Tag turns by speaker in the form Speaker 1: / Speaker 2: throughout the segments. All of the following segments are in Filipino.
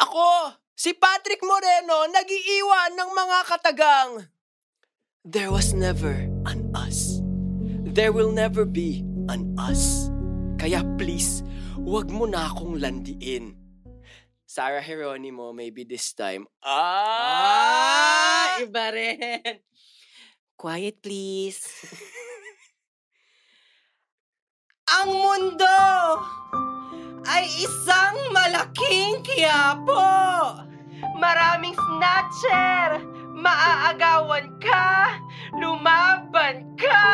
Speaker 1: Ako, si Patrick Moreno, nagiiwan ng mga katagang. There was never an us. There will never be an us. Kaya please, wag mo na akong landiin. Sarah Geronimo, maybe this time. Ah!
Speaker 2: Ah, iba rin. Quiet, please. Ang mundo ay isang malaking kiyapo. Maraming snatcher. Maaagawan ka. Lumaban ka.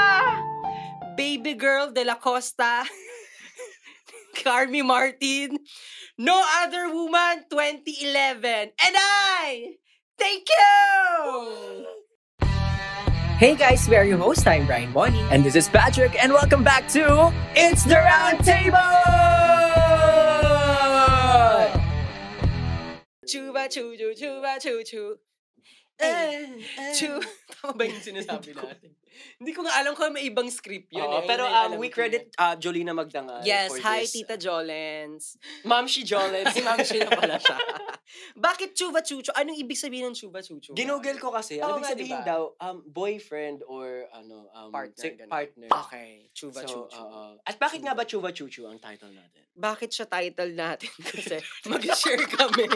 Speaker 2: Baby girl de la Costa. Carmi Martin. No Other Woman 2011. And I, thank you!
Speaker 3: Hey guys, we are your host. I'm Brian Bonnie. And this is Patrick, and welcome back to It's the Round Table!
Speaker 2: Chuba, chu, chu, chuba, chu, chu.
Speaker 1: Eh,
Speaker 2: Chu. Tama ba yung sinasabi natin? Hindi ko nga alam kung may ibang script yun.
Speaker 1: Oo,
Speaker 2: eh.
Speaker 1: pero
Speaker 2: Ngayon ay
Speaker 1: um,
Speaker 2: alam
Speaker 1: we
Speaker 2: ko
Speaker 1: credit uh, Jolina Magdangal
Speaker 2: na. Yes,
Speaker 1: for
Speaker 2: hi
Speaker 1: this.
Speaker 2: Tita Jolens.
Speaker 1: Ma'am si Jolens.
Speaker 2: Si Ma'am Sheila pala siya. Bakit chuba chucho? Anong ibig sabihin ng chuba chucho?
Speaker 1: Ginugel ko kasi, ang
Speaker 2: Oo
Speaker 1: ibig
Speaker 2: nga,
Speaker 1: sabihin
Speaker 2: diba?
Speaker 1: daw, um, boyfriend or ano, um,
Speaker 2: Partner,
Speaker 1: si-
Speaker 2: ganun.
Speaker 1: partner.
Speaker 2: Okay, chuba
Speaker 1: So,
Speaker 2: chucho.
Speaker 1: oo. At bakit nga ba Chuva Chuchu ang title natin?
Speaker 2: bakit siya title natin? Kasi mag-share kami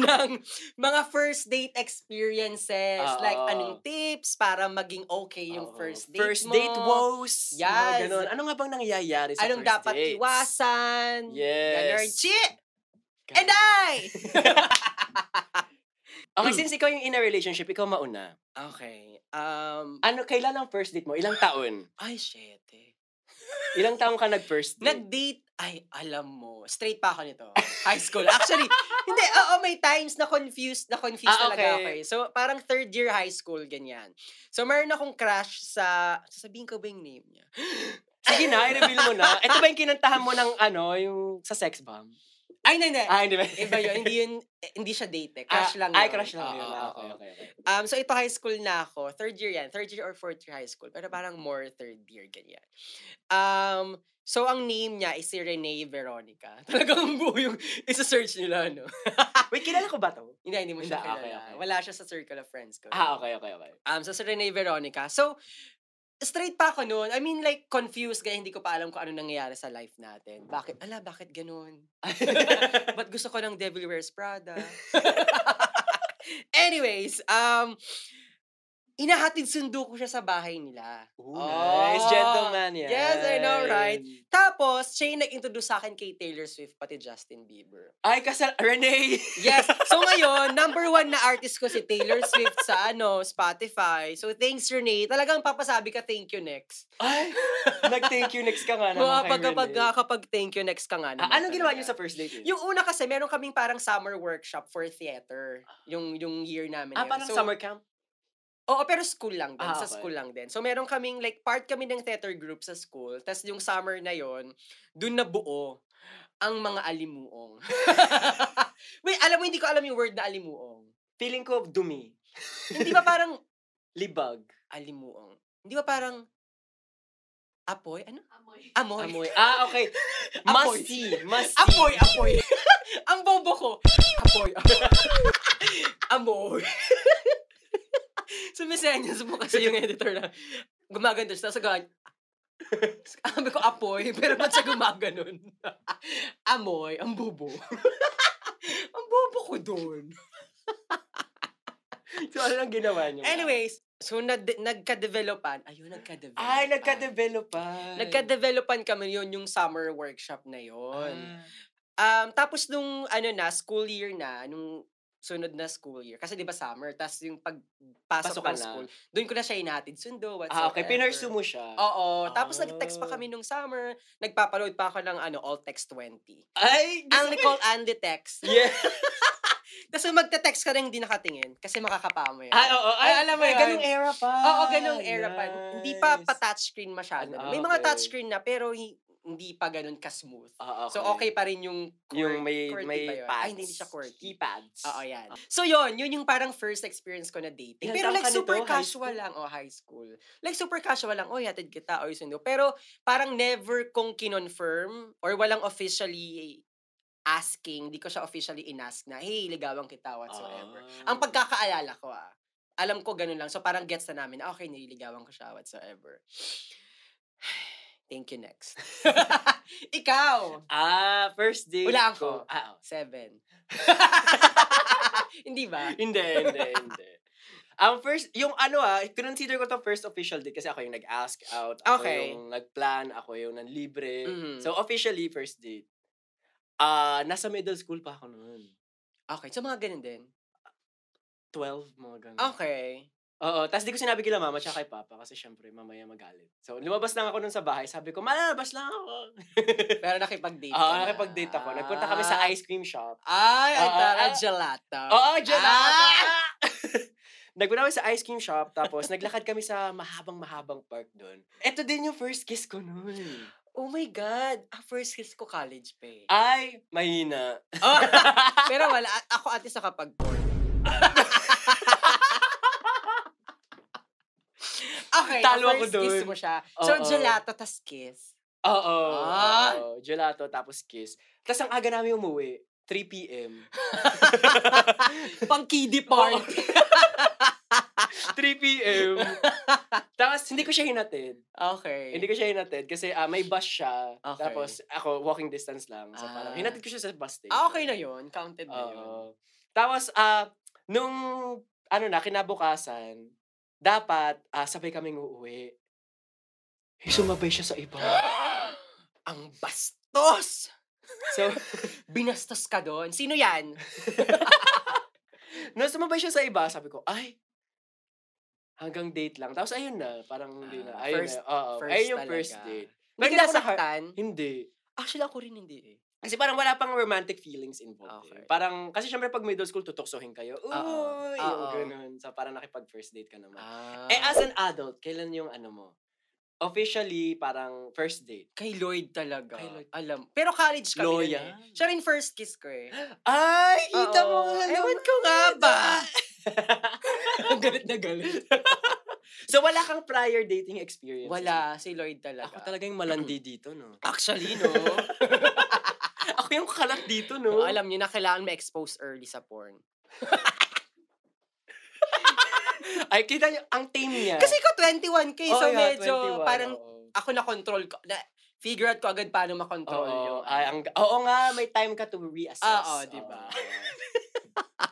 Speaker 2: ng mga first date experiences.
Speaker 1: Oo.
Speaker 2: Like, anong tips para maging okay yung
Speaker 1: Oo.
Speaker 2: first date
Speaker 1: First
Speaker 2: mo?
Speaker 1: date woes. mga
Speaker 2: Yes.
Speaker 1: ganun. Ano nga bang nangyayari sa
Speaker 2: Anong
Speaker 1: first
Speaker 2: dapat
Speaker 1: dates?
Speaker 2: iwasan?
Speaker 1: Yes.
Speaker 2: Ganun. Chi! And I!
Speaker 1: okay, since ikaw yung in a relationship, ikaw mauna.
Speaker 2: okay. Um,
Speaker 1: Ano, kailan ang first date mo? Ilang taon?
Speaker 2: ay, shit eh.
Speaker 1: Ilang taon ka nag-first date?
Speaker 2: Nag-date, ay, alam mo, straight pa ako nito. High school. Actually, hindi, oo, may times na confused, na confused
Speaker 1: Ah,
Speaker 2: talaga ako
Speaker 1: okay.
Speaker 2: eh. So, parang third year high school, ganyan. So, meron akong crush sa, sasabihin ko ba yung name niya?
Speaker 1: Sige na, i-reveal mo na. Ito ba yung kinantahan mo ng ano, yung sa sex bomb?
Speaker 2: Ay, hindi, hindi.
Speaker 1: Ah, hindi ba?
Speaker 2: Iba yun, hindi yun, eh, hindi siya date eh. Crush
Speaker 1: Ah,
Speaker 2: lang
Speaker 1: Ay, crush lang
Speaker 2: Oo,
Speaker 1: yun.
Speaker 2: oo,
Speaker 1: Ah,
Speaker 2: oo.
Speaker 1: okay, okay, okay.
Speaker 2: Um, so ito high school na ako. Third year yan. Third year or fourth year high school. Pero parang more third year, ganyan. Um, so ang name niya is si Renee Veronica. Talagang buo yung isa-search nila, no?
Speaker 1: Wait, kilala ko ba to?
Speaker 2: Hindi, hindi mo siya
Speaker 1: Hindi,
Speaker 2: kilala.
Speaker 1: okay, okay.
Speaker 2: Wala siya sa circle of friends ko.
Speaker 1: Ah, okay, okay, okay.
Speaker 2: Um, so si Renee Veronica. So, straight pa ako noon. I mean, like, confused kaya hindi ko pa alam kung ano nangyayari sa life natin. Bakit, ala, bakit ganun? Ba't gusto ko ng Devil Wears Prada? Anyways, um, inahatid sundo ko siya sa bahay nila.
Speaker 1: Ooh, nice gentleman yan.
Speaker 2: Oh, Yes, I know, right? Tapos, siya yung nag-introduce sa akin kay Taylor Swift, pati Justin Bieber.
Speaker 1: Ay, kasal... Renee!
Speaker 2: Yes. So ngayon, number one na artist ko si Taylor Swift sa ano, Spotify. So thanks, Renee. Talagang papasabi ka thank you next.
Speaker 1: Ay, nag-thank you next ka nga naman
Speaker 2: Mga
Speaker 1: kay
Speaker 2: pag, pag,
Speaker 1: Renee.
Speaker 2: kapag thank you next ka nga naman.
Speaker 1: Ah, anong ginawa niyo
Speaker 2: talaga.
Speaker 1: sa first date? niyo?
Speaker 2: Yung una kasi, meron kaming parang summer workshop for theater. Yung yung year namin.
Speaker 1: ah,
Speaker 2: yun.
Speaker 1: parang
Speaker 2: So,
Speaker 1: summer camp?
Speaker 2: Oo, pero school lang din.
Speaker 1: Ah,
Speaker 2: sa
Speaker 1: okay.
Speaker 2: school lang din. So, meron kaming, like, part kami ng theater group sa school. Tapos, yung summer na yon dun na buo ang mga alimuong. Wait, alam mo, hindi ko alam yung word na alimuong.
Speaker 1: Feeling ko dumi.
Speaker 2: Hindi ba parang
Speaker 1: Libag.
Speaker 2: alimuong? Hindi ba parang apoy? Ano? Amoy. Amoy.
Speaker 1: Amoy. Ah, okay.
Speaker 2: Apoy.
Speaker 1: Musty. Musty.
Speaker 2: Apoy, apoy. ang bobo ko. Apoy, apoy. amoy. Sumisenyas mo kasi yung editor na gumaganda siya. Tapos gawin, sabi ko apoy, pero ba't siya gumaganon? amoy, ang bobo. ang bobo ko doon.
Speaker 1: so, ano lang ginawa niyo?
Speaker 2: Anyways, so nad- nagka-developan. Ayun, nagka-developan.
Speaker 1: Ay, nagka-developan.
Speaker 2: Nagka-developan kami yun, yung summer workshop na yun.
Speaker 1: Ah.
Speaker 2: Um, tapos nung ano na, school year na, nung sunod na school year. Kasi di ba summer, tapos yung pagpasok
Speaker 1: Pasok ka
Speaker 2: ng
Speaker 1: na.
Speaker 2: school, doon ko na siya inahatid sundo, whatsoever.
Speaker 1: Ah, okay. Pinersu mo siya.
Speaker 2: Oo. Tapos nag-text pa
Speaker 1: Ah.
Speaker 2: kami nung summer, nagpapaload pa ako ng ano, all text 20.
Speaker 1: Ay,
Speaker 2: Ang
Speaker 1: gusto ko
Speaker 2: Nicole Andy text.
Speaker 1: yun. Yeah.
Speaker 2: Tapos yung magte-text ka na hindi nakatingin kasi makakapamo yun.
Speaker 1: Ay, oo. Ay,
Speaker 2: Ay, alam mo yun.
Speaker 1: Ganong era pa.
Speaker 2: Oo, ganung era pa. Hindi pa
Speaker 1: Nice.
Speaker 2: pa touchscreen masyado.
Speaker 1: Ah,
Speaker 2: May mga
Speaker 1: okay.
Speaker 2: touchscreen na pero hi- hindi pa ganun ka-smooth.
Speaker 1: Ah,
Speaker 2: So okay pa rin yung cord-
Speaker 1: Yung may,
Speaker 2: QWERTY
Speaker 1: may
Speaker 2: ba yun?
Speaker 1: pads.
Speaker 2: Ay, hindi hindi siya QWERTY.
Speaker 1: Keypads.
Speaker 2: Oo, yan. So, yon yun yung parang first experience ko na dating.
Speaker 1: Ilang
Speaker 2: Pero
Speaker 1: taon
Speaker 2: like
Speaker 1: Ah. ka nito?
Speaker 2: super
Speaker 1: High
Speaker 2: casual
Speaker 1: school?
Speaker 2: lang. Oh, high school. Like super casual lang. Oh, hatid kita. Oh, sundo. Pero parang never kong kinonfirm or walang officially asking, di ko siya officially inask na, hey, ligawan kita, whatsoever.
Speaker 1: Ah.
Speaker 2: Ang pagkakaalala ko ah, alam ko ganun lang. So parang gets na namin, ah, okay, nililigawan ko siya, whatsoever. Thank you, next. Ikaw,
Speaker 1: Ah, first date
Speaker 2: Hulaan ko.
Speaker 1: Ah, oh.
Speaker 2: seven. Hindi ba?
Speaker 1: hindi, hindi, hindi. Ang first, yung ano ah, consider ko to first official date kasi ako yung nag-ask out, ako
Speaker 2: Okay.
Speaker 1: yung nag-plan, ako yung nanlibre.
Speaker 2: Mhm.
Speaker 1: So officially, first date. Ah, nasa middle school pa ako noon.
Speaker 2: Okay, so mga ganun din.
Speaker 1: 12, mga ganun.
Speaker 2: Ah. Okay.
Speaker 1: Oo, tapos di ko sinabi kila mama tsaka kay papa kasi syempre mamaya magalit. So lumabas lang ako nun sa bahay, sabi ko, malalabas lang ako.
Speaker 2: Pero nakipag-date
Speaker 1: Oo,
Speaker 2: na.
Speaker 1: nakipag-date ako. Nagpunta kami sa
Speaker 2: Ah.
Speaker 1: ice cream shop.
Speaker 2: Ay, ay,
Speaker 1: Oo,
Speaker 2: tara,
Speaker 1: ah.
Speaker 2: gelato.
Speaker 1: Oo, dyan
Speaker 2: Ah!
Speaker 1: Nagpunta kami sa ice cream shop, tapos naglakad kami sa mahabang-mahabang park doon. Ito din yung first kiss ko noon.
Speaker 2: Oh my God. Ah, first kiss ko college pa
Speaker 1: Ah,
Speaker 2: eh.
Speaker 1: Ay, mahina.
Speaker 2: Oh, pero wala. a- Ako at least nakapag-porn. okay,
Speaker 1: Talo
Speaker 2: first
Speaker 1: ako
Speaker 2: kiss
Speaker 1: dun.
Speaker 2: mo siya. So,
Speaker 1: Oo.
Speaker 2: gelato, tas kiss.
Speaker 1: Oo.
Speaker 2: Ah.
Speaker 1: oo, Gelato, tapos kiss. Tapos ang aga namin umuwi, 3 p.m.
Speaker 2: Pang kiddie party.
Speaker 1: 3 p.m. tapos hindi ko siya hinatid.
Speaker 2: Okay.
Speaker 1: Hindi ko siya hinatid kasi ah, may bus siya.
Speaker 2: Okay.
Speaker 1: Tapos ako, walking distance lang. So parang
Speaker 2: Ah.
Speaker 1: hinatid ko siya sa bus station.
Speaker 2: Ah, okay na yun. Counted na yun.
Speaker 1: Oo. Tapos, ah, nung, ano na, kinabukasan, dapat, ah, sabay kaming uuwi. Eh, sumabay siya sa iba.
Speaker 2: Ang bastos!
Speaker 1: So,
Speaker 2: Binastos ka doon. Sino yan?
Speaker 1: nung sumabay siya sa iba, sabi ko, ay, hanggang date lang. Tapos, ayun na, parang hindi na.
Speaker 2: Ah,
Speaker 1: Ayun
Speaker 2: first-
Speaker 1: na. Oo,
Speaker 2: first
Speaker 1: ayun yung
Speaker 2: talaga.
Speaker 1: first date.
Speaker 2: Hindi
Speaker 1: Hindi
Speaker 2: ka
Speaker 1: ako naka-
Speaker 2: nasaktan?
Speaker 1: Hindi.
Speaker 2: Actually, ako rin hindi eh.
Speaker 1: Kasi parang wala pang romantic feelings involved. eh.
Speaker 2: Okay.
Speaker 1: Parang, kasi syempre pag middle school, tutuksohin kayo. Uy,
Speaker 2: Oo.
Speaker 1: yung
Speaker 2: Oo.
Speaker 1: ganun. So, parang nakipag first date ka naman.
Speaker 2: Ah.
Speaker 1: Eh, as an adult, kailan yung ano mo? Officially, parang first date.
Speaker 2: Kay Lloyd talaga.
Speaker 1: Kay Lloyd.
Speaker 2: Alam. Pero college kami
Speaker 1: Loya.
Speaker 2: nun eh. Siya rin first kiss ko eh.
Speaker 1: Ay,
Speaker 2: Oo.
Speaker 1: nga,
Speaker 2: Ewan
Speaker 1: no?
Speaker 2: ko nga ah. ba? Ang galit na galit.
Speaker 1: so, wala kang prior dating experience?
Speaker 2: Wala, si Lloyd talaga.
Speaker 1: Ako talaga yung malandi dito, no?
Speaker 2: Actually, no.
Speaker 1: Ako yung kalat dito,
Speaker 2: no.
Speaker 1: no?
Speaker 2: Alam niyo na kailangan ma-expose early sa porn.
Speaker 1: Ay, kita niyo, ang tame niya.
Speaker 2: Kasi ko 21k,
Speaker 1: Oo,
Speaker 2: so
Speaker 1: yeah,
Speaker 2: medyo
Speaker 1: 21,
Speaker 2: parang
Speaker 1: oo.
Speaker 2: oh. ako na-control ko. Na, figure out ko agad paano makontrol
Speaker 1: Oo,
Speaker 2: yung... ano.
Speaker 1: ay, ang, oo nga, may time ka to reassess.
Speaker 2: Oo, di ba?
Speaker 1: Oo.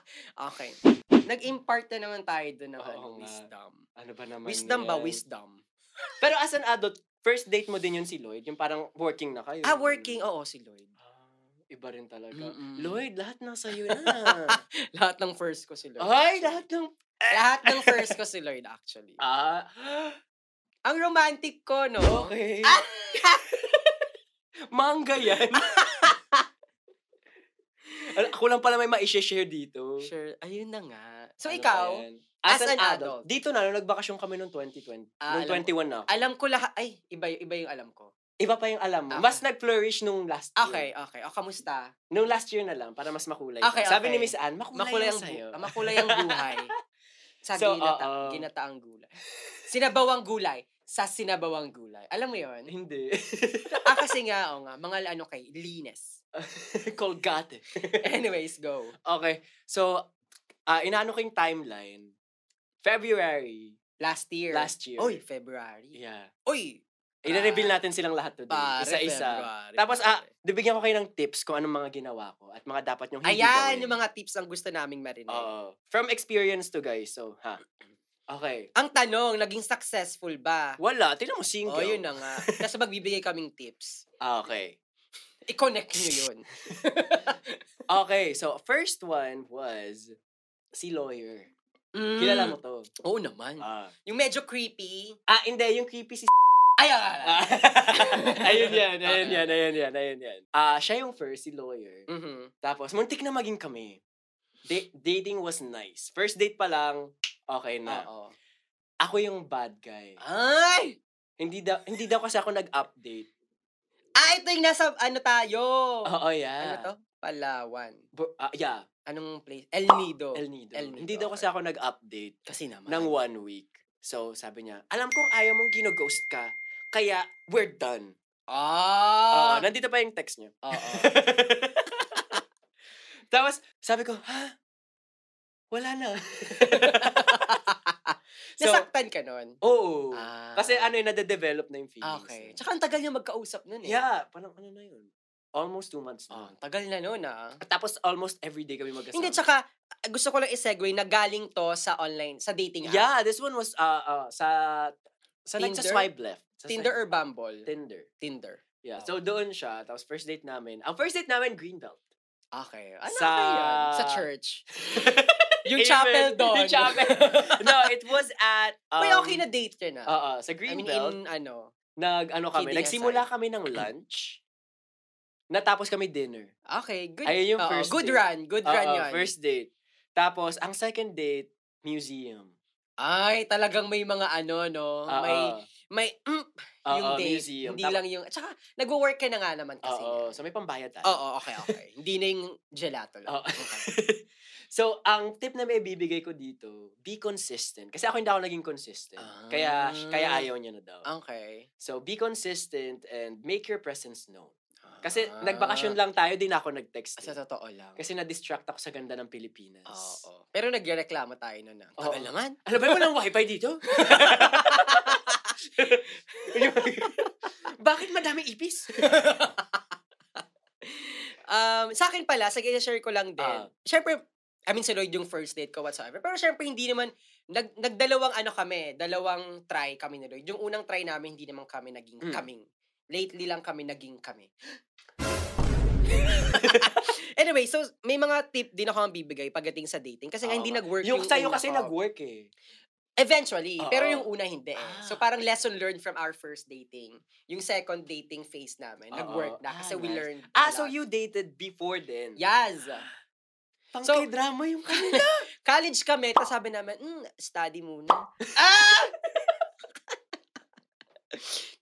Speaker 2: Okay. Nag-impart na naman tayo doon ng
Speaker 1: Oo
Speaker 2: ano,
Speaker 1: nga.
Speaker 2: wisdom.
Speaker 1: ano ba naman
Speaker 2: Wisdom ba?
Speaker 1: yan?
Speaker 2: Wisdom.
Speaker 1: Pero as an adult, first date mo din yun si Lloyd? Yung parang working na kayo?
Speaker 2: Ah, working. Oo, si Lloyd.
Speaker 1: Ah, Iba rin talaga.
Speaker 2: Mm-mm.
Speaker 1: Lloyd, lahat na sa'yo na.
Speaker 2: Lahat ng first ko si Lloyd.
Speaker 1: Ay, lahat ng...
Speaker 2: Lahat ng first ko si Lloyd, actually.
Speaker 1: Ah,
Speaker 2: Ang romantic ko, no?
Speaker 1: okay. Mangga yan. Ala, Ako lang pala may ma-share dito.
Speaker 2: Sure. Ayun na nga. So,
Speaker 1: Ano
Speaker 2: ikaw,
Speaker 1: ba yan? As, an, adult.
Speaker 2: adult.
Speaker 1: Dito na, nung nagbakasyon kami noong 2020.
Speaker 2: Ah,
Speaker 1: noong
Speaker 2: alam
Speaker 1: 21 na ako.
Speaker 2: alam ko lahat. Ay, iba, y- iba yung alam ko.
Speaker 1: Iba pa yung alam mo.
Speaker 2: Ah.
Speaker 1: Mas nag-flourish nung last year.
Speaker 2: Okay, okay. O, kamusta?
Speaker 1: Nung last year na lang, para mas makulay. ka.
Speaker 2: Okay,
Speaker 1: Sabi
Speaker 2: okay.
Speaker 1: ni Miss Anne, makulay,
Speaker 2: Makulay
Speaker 1: na
Speaker 2: ang,
Speaker 1: sa'yo.
Speaker 2: bu- ah, makulay ang buhay. Sa
Speaker 1: So,
Speaker 2: ginata-
Speaker 1: oo.
Speaker 2: ginataang gulay. Sinabawang gulay. Sa sinabawang gulay. Alam mo yon
Speaker 1: Hindi.
Speaker 2: ah, kasi nga, o nga, mga ano kay, linis.
Speaker 1: Colgate.
Speaker 2: Anyways, go.
Speaker 1: Okay. So, ah inaano ko yung timeline. February.
Speaker 2: Last year.
Speaker 1: Last year.
Speaker 2: Oy, February.
Speaker 1: Yeah.
Speaker 2: Oy!
Speaker 1: I-reveal natin silang lahat today.
Speaker 2: Pare,
Speaker 1: Isa-isa.
Speaker 2: February,
Speaker 1: Tapos, ah,
Speaker 2: pare.
Speaker 1: bibigyan ko kayo ng tips kung anong mga ginawa ko at mga dapat yung hindi
Speaker 2: Ayan,
Speaker 1: gawin.
Speaker 2: yung mga tips ang gusto naming marinig.
Speaker 1: Oo. From experience to guys. So, ha. Okay.
Speaker 2: Ang tanong, naging successful ba?
Speaker 1: Wala. Tingnan mo, single.
Speaker 2: Oh, yun na nga. Tapos magbibigay kaming tips.
Speaker 1: Ah, Okay.
Speaker 2: I-connect nyo yun.
Speaker 1: Okay. So, first one was si lawyer.
Speaker 2: Mm.
Speaker 1: Kilala mo to.
Speaker 2: Oo naman.
Speaker 1: Ah,
Speaker 2: Yung medyo creepy.
Speaker 1: ah hindi. Yung creepy si
Speaker 2: Ay, ah, ah, ah.
Speaker 1: Ah. ayun yan, ayun yan, ayun yan, ayun yan. Ah, siya yung first, si lawyer.
Speaker 2: Mhm.
Speaker 1: Tapos, muntik na maging kami. Da- dating was nice. First date pa lang, okay na.
Speaker 2: Oo. Ah.
Speaker 1: Ako yung bad guy.
Speaker 2: Ay!
Speaker 1: Hindi daw, hindi daw kasi ako nag-update.
Speaker 2: Ah, ito yung nasa, ano tayo?
Speaker 1: Oo, yeah.
Speaker 2: Ano to? Palawan.
Speaker 1: Bu- ah, yeah,
Speaker 2: Anong place? El Nido.
Speaker 1: El Nido.
Speaker 2: Oh, El Nido,
Speaker 1: Hindi daw kasi ako nag-update
Speaker 2: Kasi naman.
Speaker 1: ng one week. So, sabi niya, alam kong ayaw mong ginoghost ka, kaya we're done. Oo,
Speaker 2: Ah!
Speaker 1: nandito pa yung text niya.
Speaker 2: Oo.
Speaker 1: Tapos, sabi ko, ha? Wala na. so,
Speaker 2: Nasaktan ka nun.
Speaker 1: oo.
Speaker 2: Ah.
Speaker 1: kasi ano yun, nade-develop na yung feelings.
Speaker 2: Okay. Tsaka ang tagal niya magkausap nun eh.
Speaker 1: Yeah, parang ano na yun. Almost two months
Speaker 2: Oh,
Speaker 1: na.
Speaker 2: ang tagal na nun ah.
Speaker 1: Tapos almost every day kami magkasama.
Speaker 2: Hindi, tsaka ah, gusto ko lang isegue na galing to sa online, sa dating app.
Speaker 1: Yeah, this one was uh, uh, sa sa
Speaker 2: Tinder?
Speaker 1: nagsaswipe left. Sa
Speaker 2: Tinder Oh.
Speaker 1: swipe-
Speaker 2: or Bumble?
Speaker 1: Tinder.
Speaker 2: Tinder.
Speaker 1: Yeah, so doon siya. Tapos first date namin. Ang first date namin, Greenbelt.
Speaker 2: Okay. Ano
Speaker 1: Sa-
Speaker 2: sa... yun? Sa church. Yung
Speaker 1: Amen.
Speaker 2: chapel doon.
Speaker 1: Yung chapel. no, it was at... Um, uh,
Speaker 2: Uy, okay na date yun ah.
Speaker 1: Oo, sa
Speaker 2: I mean,
Speaker 1: Greenbelt.
Speaker 2: in ano.
Speaker 1: nag ano kami,
Speaker 2: Kidding
Speaker 1: nagsimula
Speaker 2: aside.
Speaker 1: kami ng lunch. Natapos kami dinner.
Speaker 2: Okay, good.
Speaker 1: Ayun yung
Speaker 2: oo,
Speaker 1: first
Speaker 2: Good
Speaker 1: date.
Speaker 2: run, good run
Speaker 1: Oo,
Speaker 2: yun.
Speaker 1: first date. Tapos ang second date, museum.
Speaker 2: Ay, talagang may mga ano, no?
Speaker 1: Oo,
Speaker 2: may, may, mm,
Speaker 1: oo,
Speaker 2: yung date.
Speaker 1: museum.
Speaker 2: Hindi
Speaker 1: Tap-
Speaker 2: lang yung, tsaka, nagwo-work ka na nga naman kasi.
Speaker 1: Oo,
Speaker 2: Oo,
Speaker 1: so may pambayad tayo.
Speaker 2: okay, okay. Hindi na yung gelato lang.
Speaker 1: Oo.
Speaker 2: Okay.
Speaker 1: So, ang tip na may bibigay ko dito, be consistent. Kasi ako hindi ako naging consistent. Kaya,
Speaker 2: Ah.
Speaker 1: kaya ayaw niya na daw.
Speaker 2: okay.
Speaker 1: So, be consistent and make your presence known. Kasi, nagbakasyon lang tayo, di na ako nag-text.
Speaker 2: Ah.
Speaker 1: eh.
Speaker 2: Sa totoo lang.
Speaker 1: Kasi na-distract ako sa ganda ng Pilipinas.
Speaker 2: Oo. Pero nagreklamo tayo nun ah. na.
Speaker 1: Oo.
Speaker 2: Tagal naman.
Speaker 1: Alam ba, walang wifi dito? Bakit madaming ipis?
Speaker 2: Um, sa akin pala, sige, share ko lang din.
Speaker 1: Ah.
Speaker 2: Siyempre, I mean, si Lloyd yung first date ko whatsoever. Pero siyempre, hindi naman, nag, nagdalawang ano kami, dalawang try kami ni Lloyd. Yung unang try namin, hindi naman kami
Speaker 1: Mm.
Speaker 2: naging kaming. Lately lang kami naging kami. anyway, so may mga tip din ako ang bibigay pagdating sa dating. Kasi nga hindi
Speaker 1: Oo.
Speaker 2: nag-work
Speaker 1: Ah, Yung sa'yo
Speaker 2: una
Speaker 1: kasi
Speaker 2: ko.
Speaker 1: nag-work eh.
Speaker 2: Eventually,
Speaker 1: Oo.
Speaker 2: pero yung una hindi eh.
Speaker 1: Ah.
Speaker 2: So parang lesson learned from our first dating. Yung second dating phase namin,
Speaker 1: Oo.
Speaker 2: nag-work na kasi
Speaker 1: Ah,
Speaker 2: we
Speaker 1: nice.
Speaker 2: learned
Speaker 1: Ah,
Speaker 2: a
Speaker 1: so
Speaker 2: lot.
Speaker 1: you dated before then?
Speaker 2: Yes.
Speaker 1: Pang
Speaker 2: So-
Speaker 1: drama yung kanina.
Speaker 2: College kami, tapos sabi namin, mm, study muna. ah!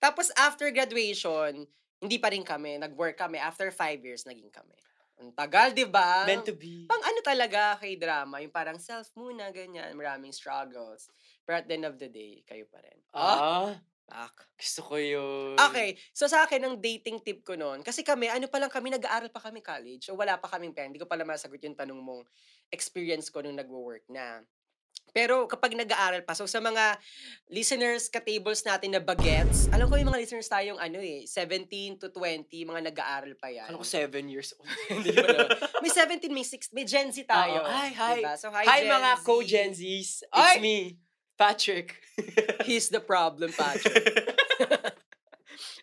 Speaker 2: tapos after graduation, hindi pa rin kami, nag-work kami. After five years, naging kami. Ang tagal, di ba?
Speaker 1: Meant to be.
Speaker 2: Pang ano talaga kay drama, yung parang self muna, ganyan, maraming struggles. Pero at the end of the day, kayo pa rin. Ah,
Speaker 1: Ah,
Speaker 2: fuck.
Speaker 1: gusto ko yun.
Speaker 2: Okay, so sa akin, ang dating tip ko noon, kasi kami, ano pa lang kami, nag-aaral pa kami college, so wala pa kaming pera. Hindi ko pala masagot yung tanong mong experience ko nung nagwo-work na. Pero kapag nag-aaral pa, so sa mga listeners, ka-tables natin na bagets, alam ko yung mga listeners tayong ano eh, 17 to 20, mga nag-aaral pa yan.
Speaker 1: Kala ko seven years old.
Speaker 2: Hindi ko alam. may 17, may 6, may Gen Z tayo.
Speaker 1: Oo, hi, hi.
Speaker 2: Diba? So, hi,
Speaker 1: Hi,
Speaker 2: Gen
Speaker 1: mga
Speaker 2: Z.
Speaker 1: co-Gen Zs. It's
Speaker 2: Ay!
Speaker 1: me, Patrick.
Speaker 2: He's the problem, Patrick.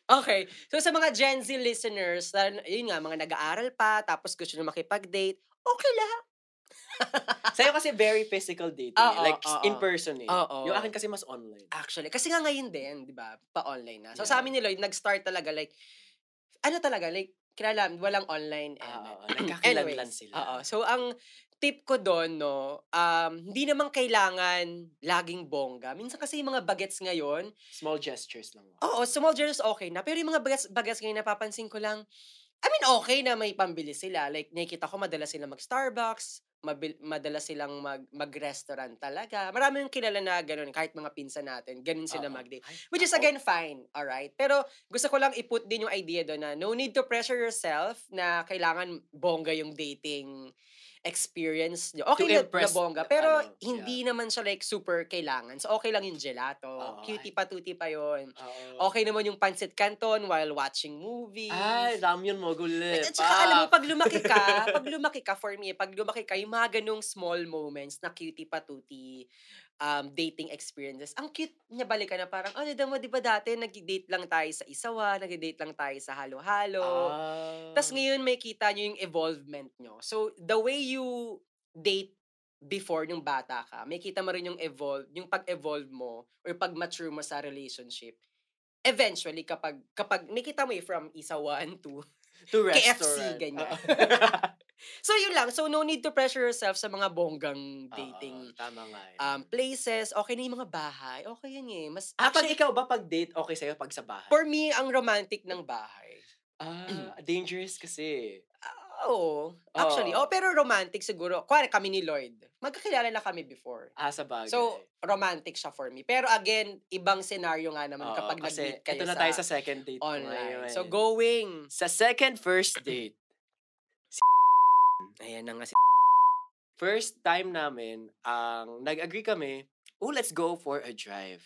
Speaker 2: Okay. So sa mga Gen Z listeners, lalo- yun nga, mga nag-aaral pa, tapos gusto na makipag-date, okay lang.
Speaker 1: Sa'yo kasi very physical dating. eh.
Speaker 2: Oo,
Speaker 1: like,
Speaker 2: oo.
Speaker 1: in person eh.
Speaker 2: Oo.
Speaker 1: Yung akin kasi mas online.
Speaker 2: Actually, kasi nga ngayon din, di ba, pa-online na. So
Speaker 1: Yeah.
Speaker 2: sa amin ni Lloyd, nag-start talaga, like, ano talaga, like, kilala, walang online.
Speaker 1: Ah,
Speaker 2: element.
Speaker 1: oo, nagkakilanlan sila.
Speaker 2: Oo. So ang tip ko doon, no, um, hindi naman kailangan laging bongga. Minsan kasi yung mga bagets ngayon,
Speaker 1: Small gestures lang.
Speaker 2: Oo, small journals okay na. Pero yung mga bagas, bagas ngayon, napapansin ko lang, I mean, okay na may pambili sila. Like, nakikita ko, madalas sila mag-Starbucks, mabil- madalas silang mag- mag-restaurant talaga. Marami yung kilala na gano'n, kahit mga pinsan natin, ganun sila
Speaker 1: Oo.
Speaker 2: mag-date.
Speaker 1: Ay,
Speaker 2: Which is,
Speaker 1: oo.
Speaker 2: again, fine, alright? Pero gusto ko lang i-put din yung idea doon na no need to pressure yourself na kailangan bongga yung dating experience nyo.
Speaker 1: To
Speaker 2: Okay na, na
Speaker 1: impress,
Speaker 2: bongga, pero
Speaker 1: ano,
Speaker 2: hindi naman siya like super kailangan. So, okay lang yung gelato.
Speaker 1: Oo, eh.
Speaker 2: Cutie patuti pa yun.
Speaker 1: Oo.
Speaker 2: Okay naman yung pancit canton while watching movies.
Speaker 1: Ay, diba? ramyun mo,
Speaker 2: At
Speaker 1: gulit.
Speaker 2: at saka alam mo, pag lumaki ka, pag lumaki ka, for me, pag lumaki ka, yung mga ganung small moments na cutie patuti, um, dating experiences, ang cute niya balikan na parang, oh, nada mo, di ba dati, nag-date lang tayo sa isawa, nag-date lang tayo sa
Speaker 1: Ah.
Speaker 2: halo-halo.
Speaker 1: Mm.
Speaker 2: Tapos ngayon, may kita niyo yung evolvement nyo. So, the way you date before nung bata ka, may kita mo rin yung evolve, yung pag-evolve mo or pag-mature mo sa relationship. Eventually, kapag, kapag may kita mo eh, from isawan to
Speaker 1: to
Speaker 2: KFC, ganyan. so, yun lang. So, no need to pressure yourself sa mga bonggang dating
Speaker 1: tama nga yun.
Speaker 2: um, places. Okay na yung mga bahay. Okay yan eh. Mas,
Speaker 1: ah, pag
Speaker 2: actually,
Speaker 1: ikaw ba pag date, okay sa'yo pag sa bahay?
Speaker 2: for me, ang romantic ng bahay. Ah,
Speaker 1: ah, dangerous kasi.
Speaker 2: Oo. Actually,
Speaker 1: Oo.
Speaker 2: oh, pero romantic siguro. Kuwari kami ni Lloyd. Magkakilala na kami before.
Speaker 1: Ah, sa bagay.
Speaker 2: So, romantic siya for me. Pero again, ibang scenario nga naman
Speaker 1: Oo,
Speaker 2: kapag
Speaker 1: kasi
Speaker 2: nag-meet kayo
Speaker 1: ito na tayo sa second date.
Speaker 2: online.
Speaker 1: Ngayon.
Speaker 2: So, going.
Speaker 1: Sa second first date,
Speaker 2: Ayan na nga si
Speaker 1: First time namin, ang nag-agree kami, oh, let's go for a drive.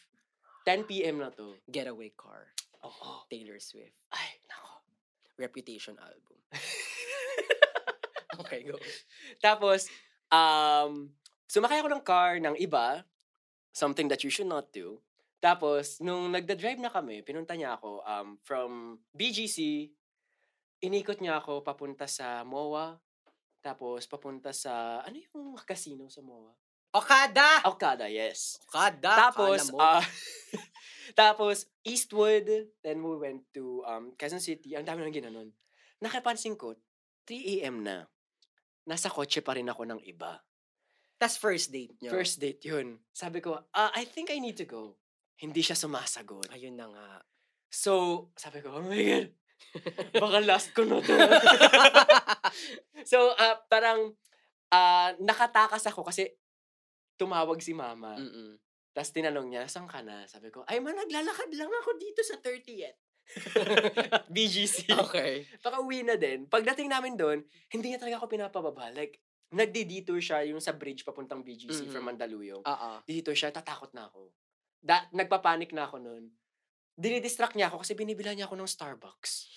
Speaker 1: 10 p.m. na to.
Speaker 2: Getaway Car,
Speaker 1: Oo.
Speaker 2: Taylor Swift,
Speaker 1: Ay, nako.
Speaker 2: Reputation album. okay, go.
Speaker 1: Tapos, um, sumakay ako ng car ng iba, something that you should not do. Tapos, nung nagda-drive na kami, pinunta niya ako um, from BGC, inikot niya ako papunta sa MOA, tapos papunta sa, ano yung casino sa MOA?
Speaker 2: Okada!
Speaker 1: Okada, yes.
Speaker 2: Okada!
Speaker 1: Tapos,
Speaker 2: akala mo.
Speaker 1: ah, tapos, Eastwood, then we went to um, Quezon City. Ang dami nang ginanon. Nakapansin ko, 3 a.m. na. Nasa kotse pa rin ako ng iba.
Speaker 2: tas first date niyo.
Speaker 1: First date yun. Sabi ko, "Ah, I think I need to go. Hindi siya sumasagot.
Speaker 2: Ayun na nga.
Speaker 1: So, sabi ko, oh my God, baka last ko na to. so, ah, parang ah, nakatakas ako kasi tumawag si mama.
Speaker 2: Mm-mm.
Speaker 1: Tapos tinanong niya, saan ka na? Sabi ko, ay man, naglalakad lang ako dito sa 30th. At BGC.
Speaker 2: Okay.
Speaker 1: Pakauwi na din. Pagdating namin doon, hindi niya talaga ako pinapababa. Like, nagdi-detour siya yung sa bridge papuntang BGC from
Speaker 2: Mhm.
Speaker 1: Mandaluyong.
Speaker 2: Oo.
Speaker 1: Dito siya, tatakot na ako. Da- nagpapanik na ako noon. Dinidistract niya ako kasi binibila niya ako ng Starbucks.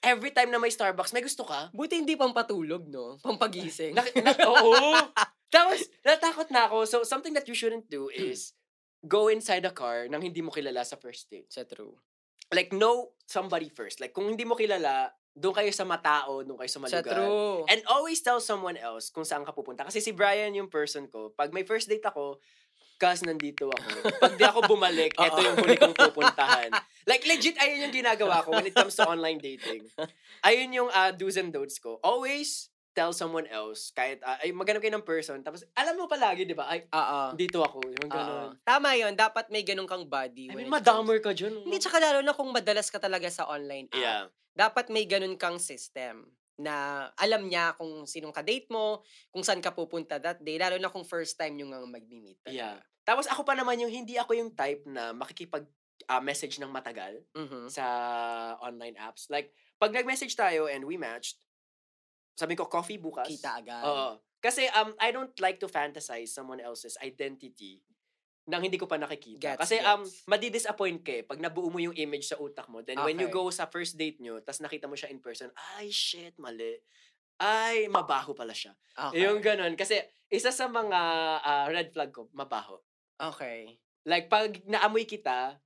Speaker 1: Every time na may Starbucks, may gusto ka?
Speaker 2: Buti hindi pampatulog, no? Pampagising.
Speaker 1: Nak- nak- oo. Tapos, natakot na ako. So, something that you shouldn't do is go inside a car nang hindi mo kilala sa first date.
Speaker 2: Sa true.
Speaker 1: Like, know somebody first. Like, kung hindi mo kilala, doon kayo sa matao, doon kayo sa
Speaker 2: Sa
Speaker 1: malugar.
Speaker 2: true.
Speaker 1: And always tell someone else kung saan ka pupunta. Kasi si Brian yung person ko. Pag may first date ako, kas nandito ako. Pag di ako bumalik,
Speaker 2: Oo.
Speaker 1: eto yung huli kong pupuntahan. Like legit, ayun yung ginagawa ko when it comes to online dating. Ayun yung ah, do's and don'ts ko. Always tell someone else. Kahit, ah, ay, maghanap kayo ng person. Tapos, alam mo palagi, di ba? Ay,
Speaker 2: Oo.
Speaker 1: dito ako. Yung
Speaker 2: Oo.
Speaker 1: ganun.
Speaker 2: Tama yun. Dapat may ganun kang body.
Speaker 1: I mean,
Speaker 2: when it comes-
Speaker 1: madamer ka dyan.
Speaker 2: Hindi, tsaka lalo na kung madalas ka talaga sa online app.
Speaker 1: Yeah.
Speaker 2: Dapat may ganun kang system na alam niya kung sinong ka-date mo, kung saan ka pupunta that day, lalo na kung first time yung nga mag-meet.
Speaker 1: Yeah. Tapos ako pa naman yung hindi ako yung type na makikipag ah, message ng matagal.
Speaker 2: Mhm.
Speaker 1: sa online apps. Like, pag nag-message tayo and we matched, sabi ko, coffee bukas.
Speaker 2: Kita agad.
Speaker 1: Oo. Kasi um, I don't like to fantasize someone else's identity nang hindi ko pa nakikita.
Speaker 2: Gets,
Speaker 1: Kasi um,
Speaker 2: gets.
Speaker 1: madidisappoint ka eh pag nabuo mo yung image sa utak mo. Then when you
Speaker 2: Okay.
Speaker 1: go sa first date nyo, tas nakita mo siya in person, ay shit, mali. Ay, mabaho pala siya.
Speaker 2: Okay.
Speaker 1: Yung ganun. Kasi isa sa mga ah, red flag ko, mabaho.
Speaker 2: okay.
Speaker 1: Like, pag naamoy kita,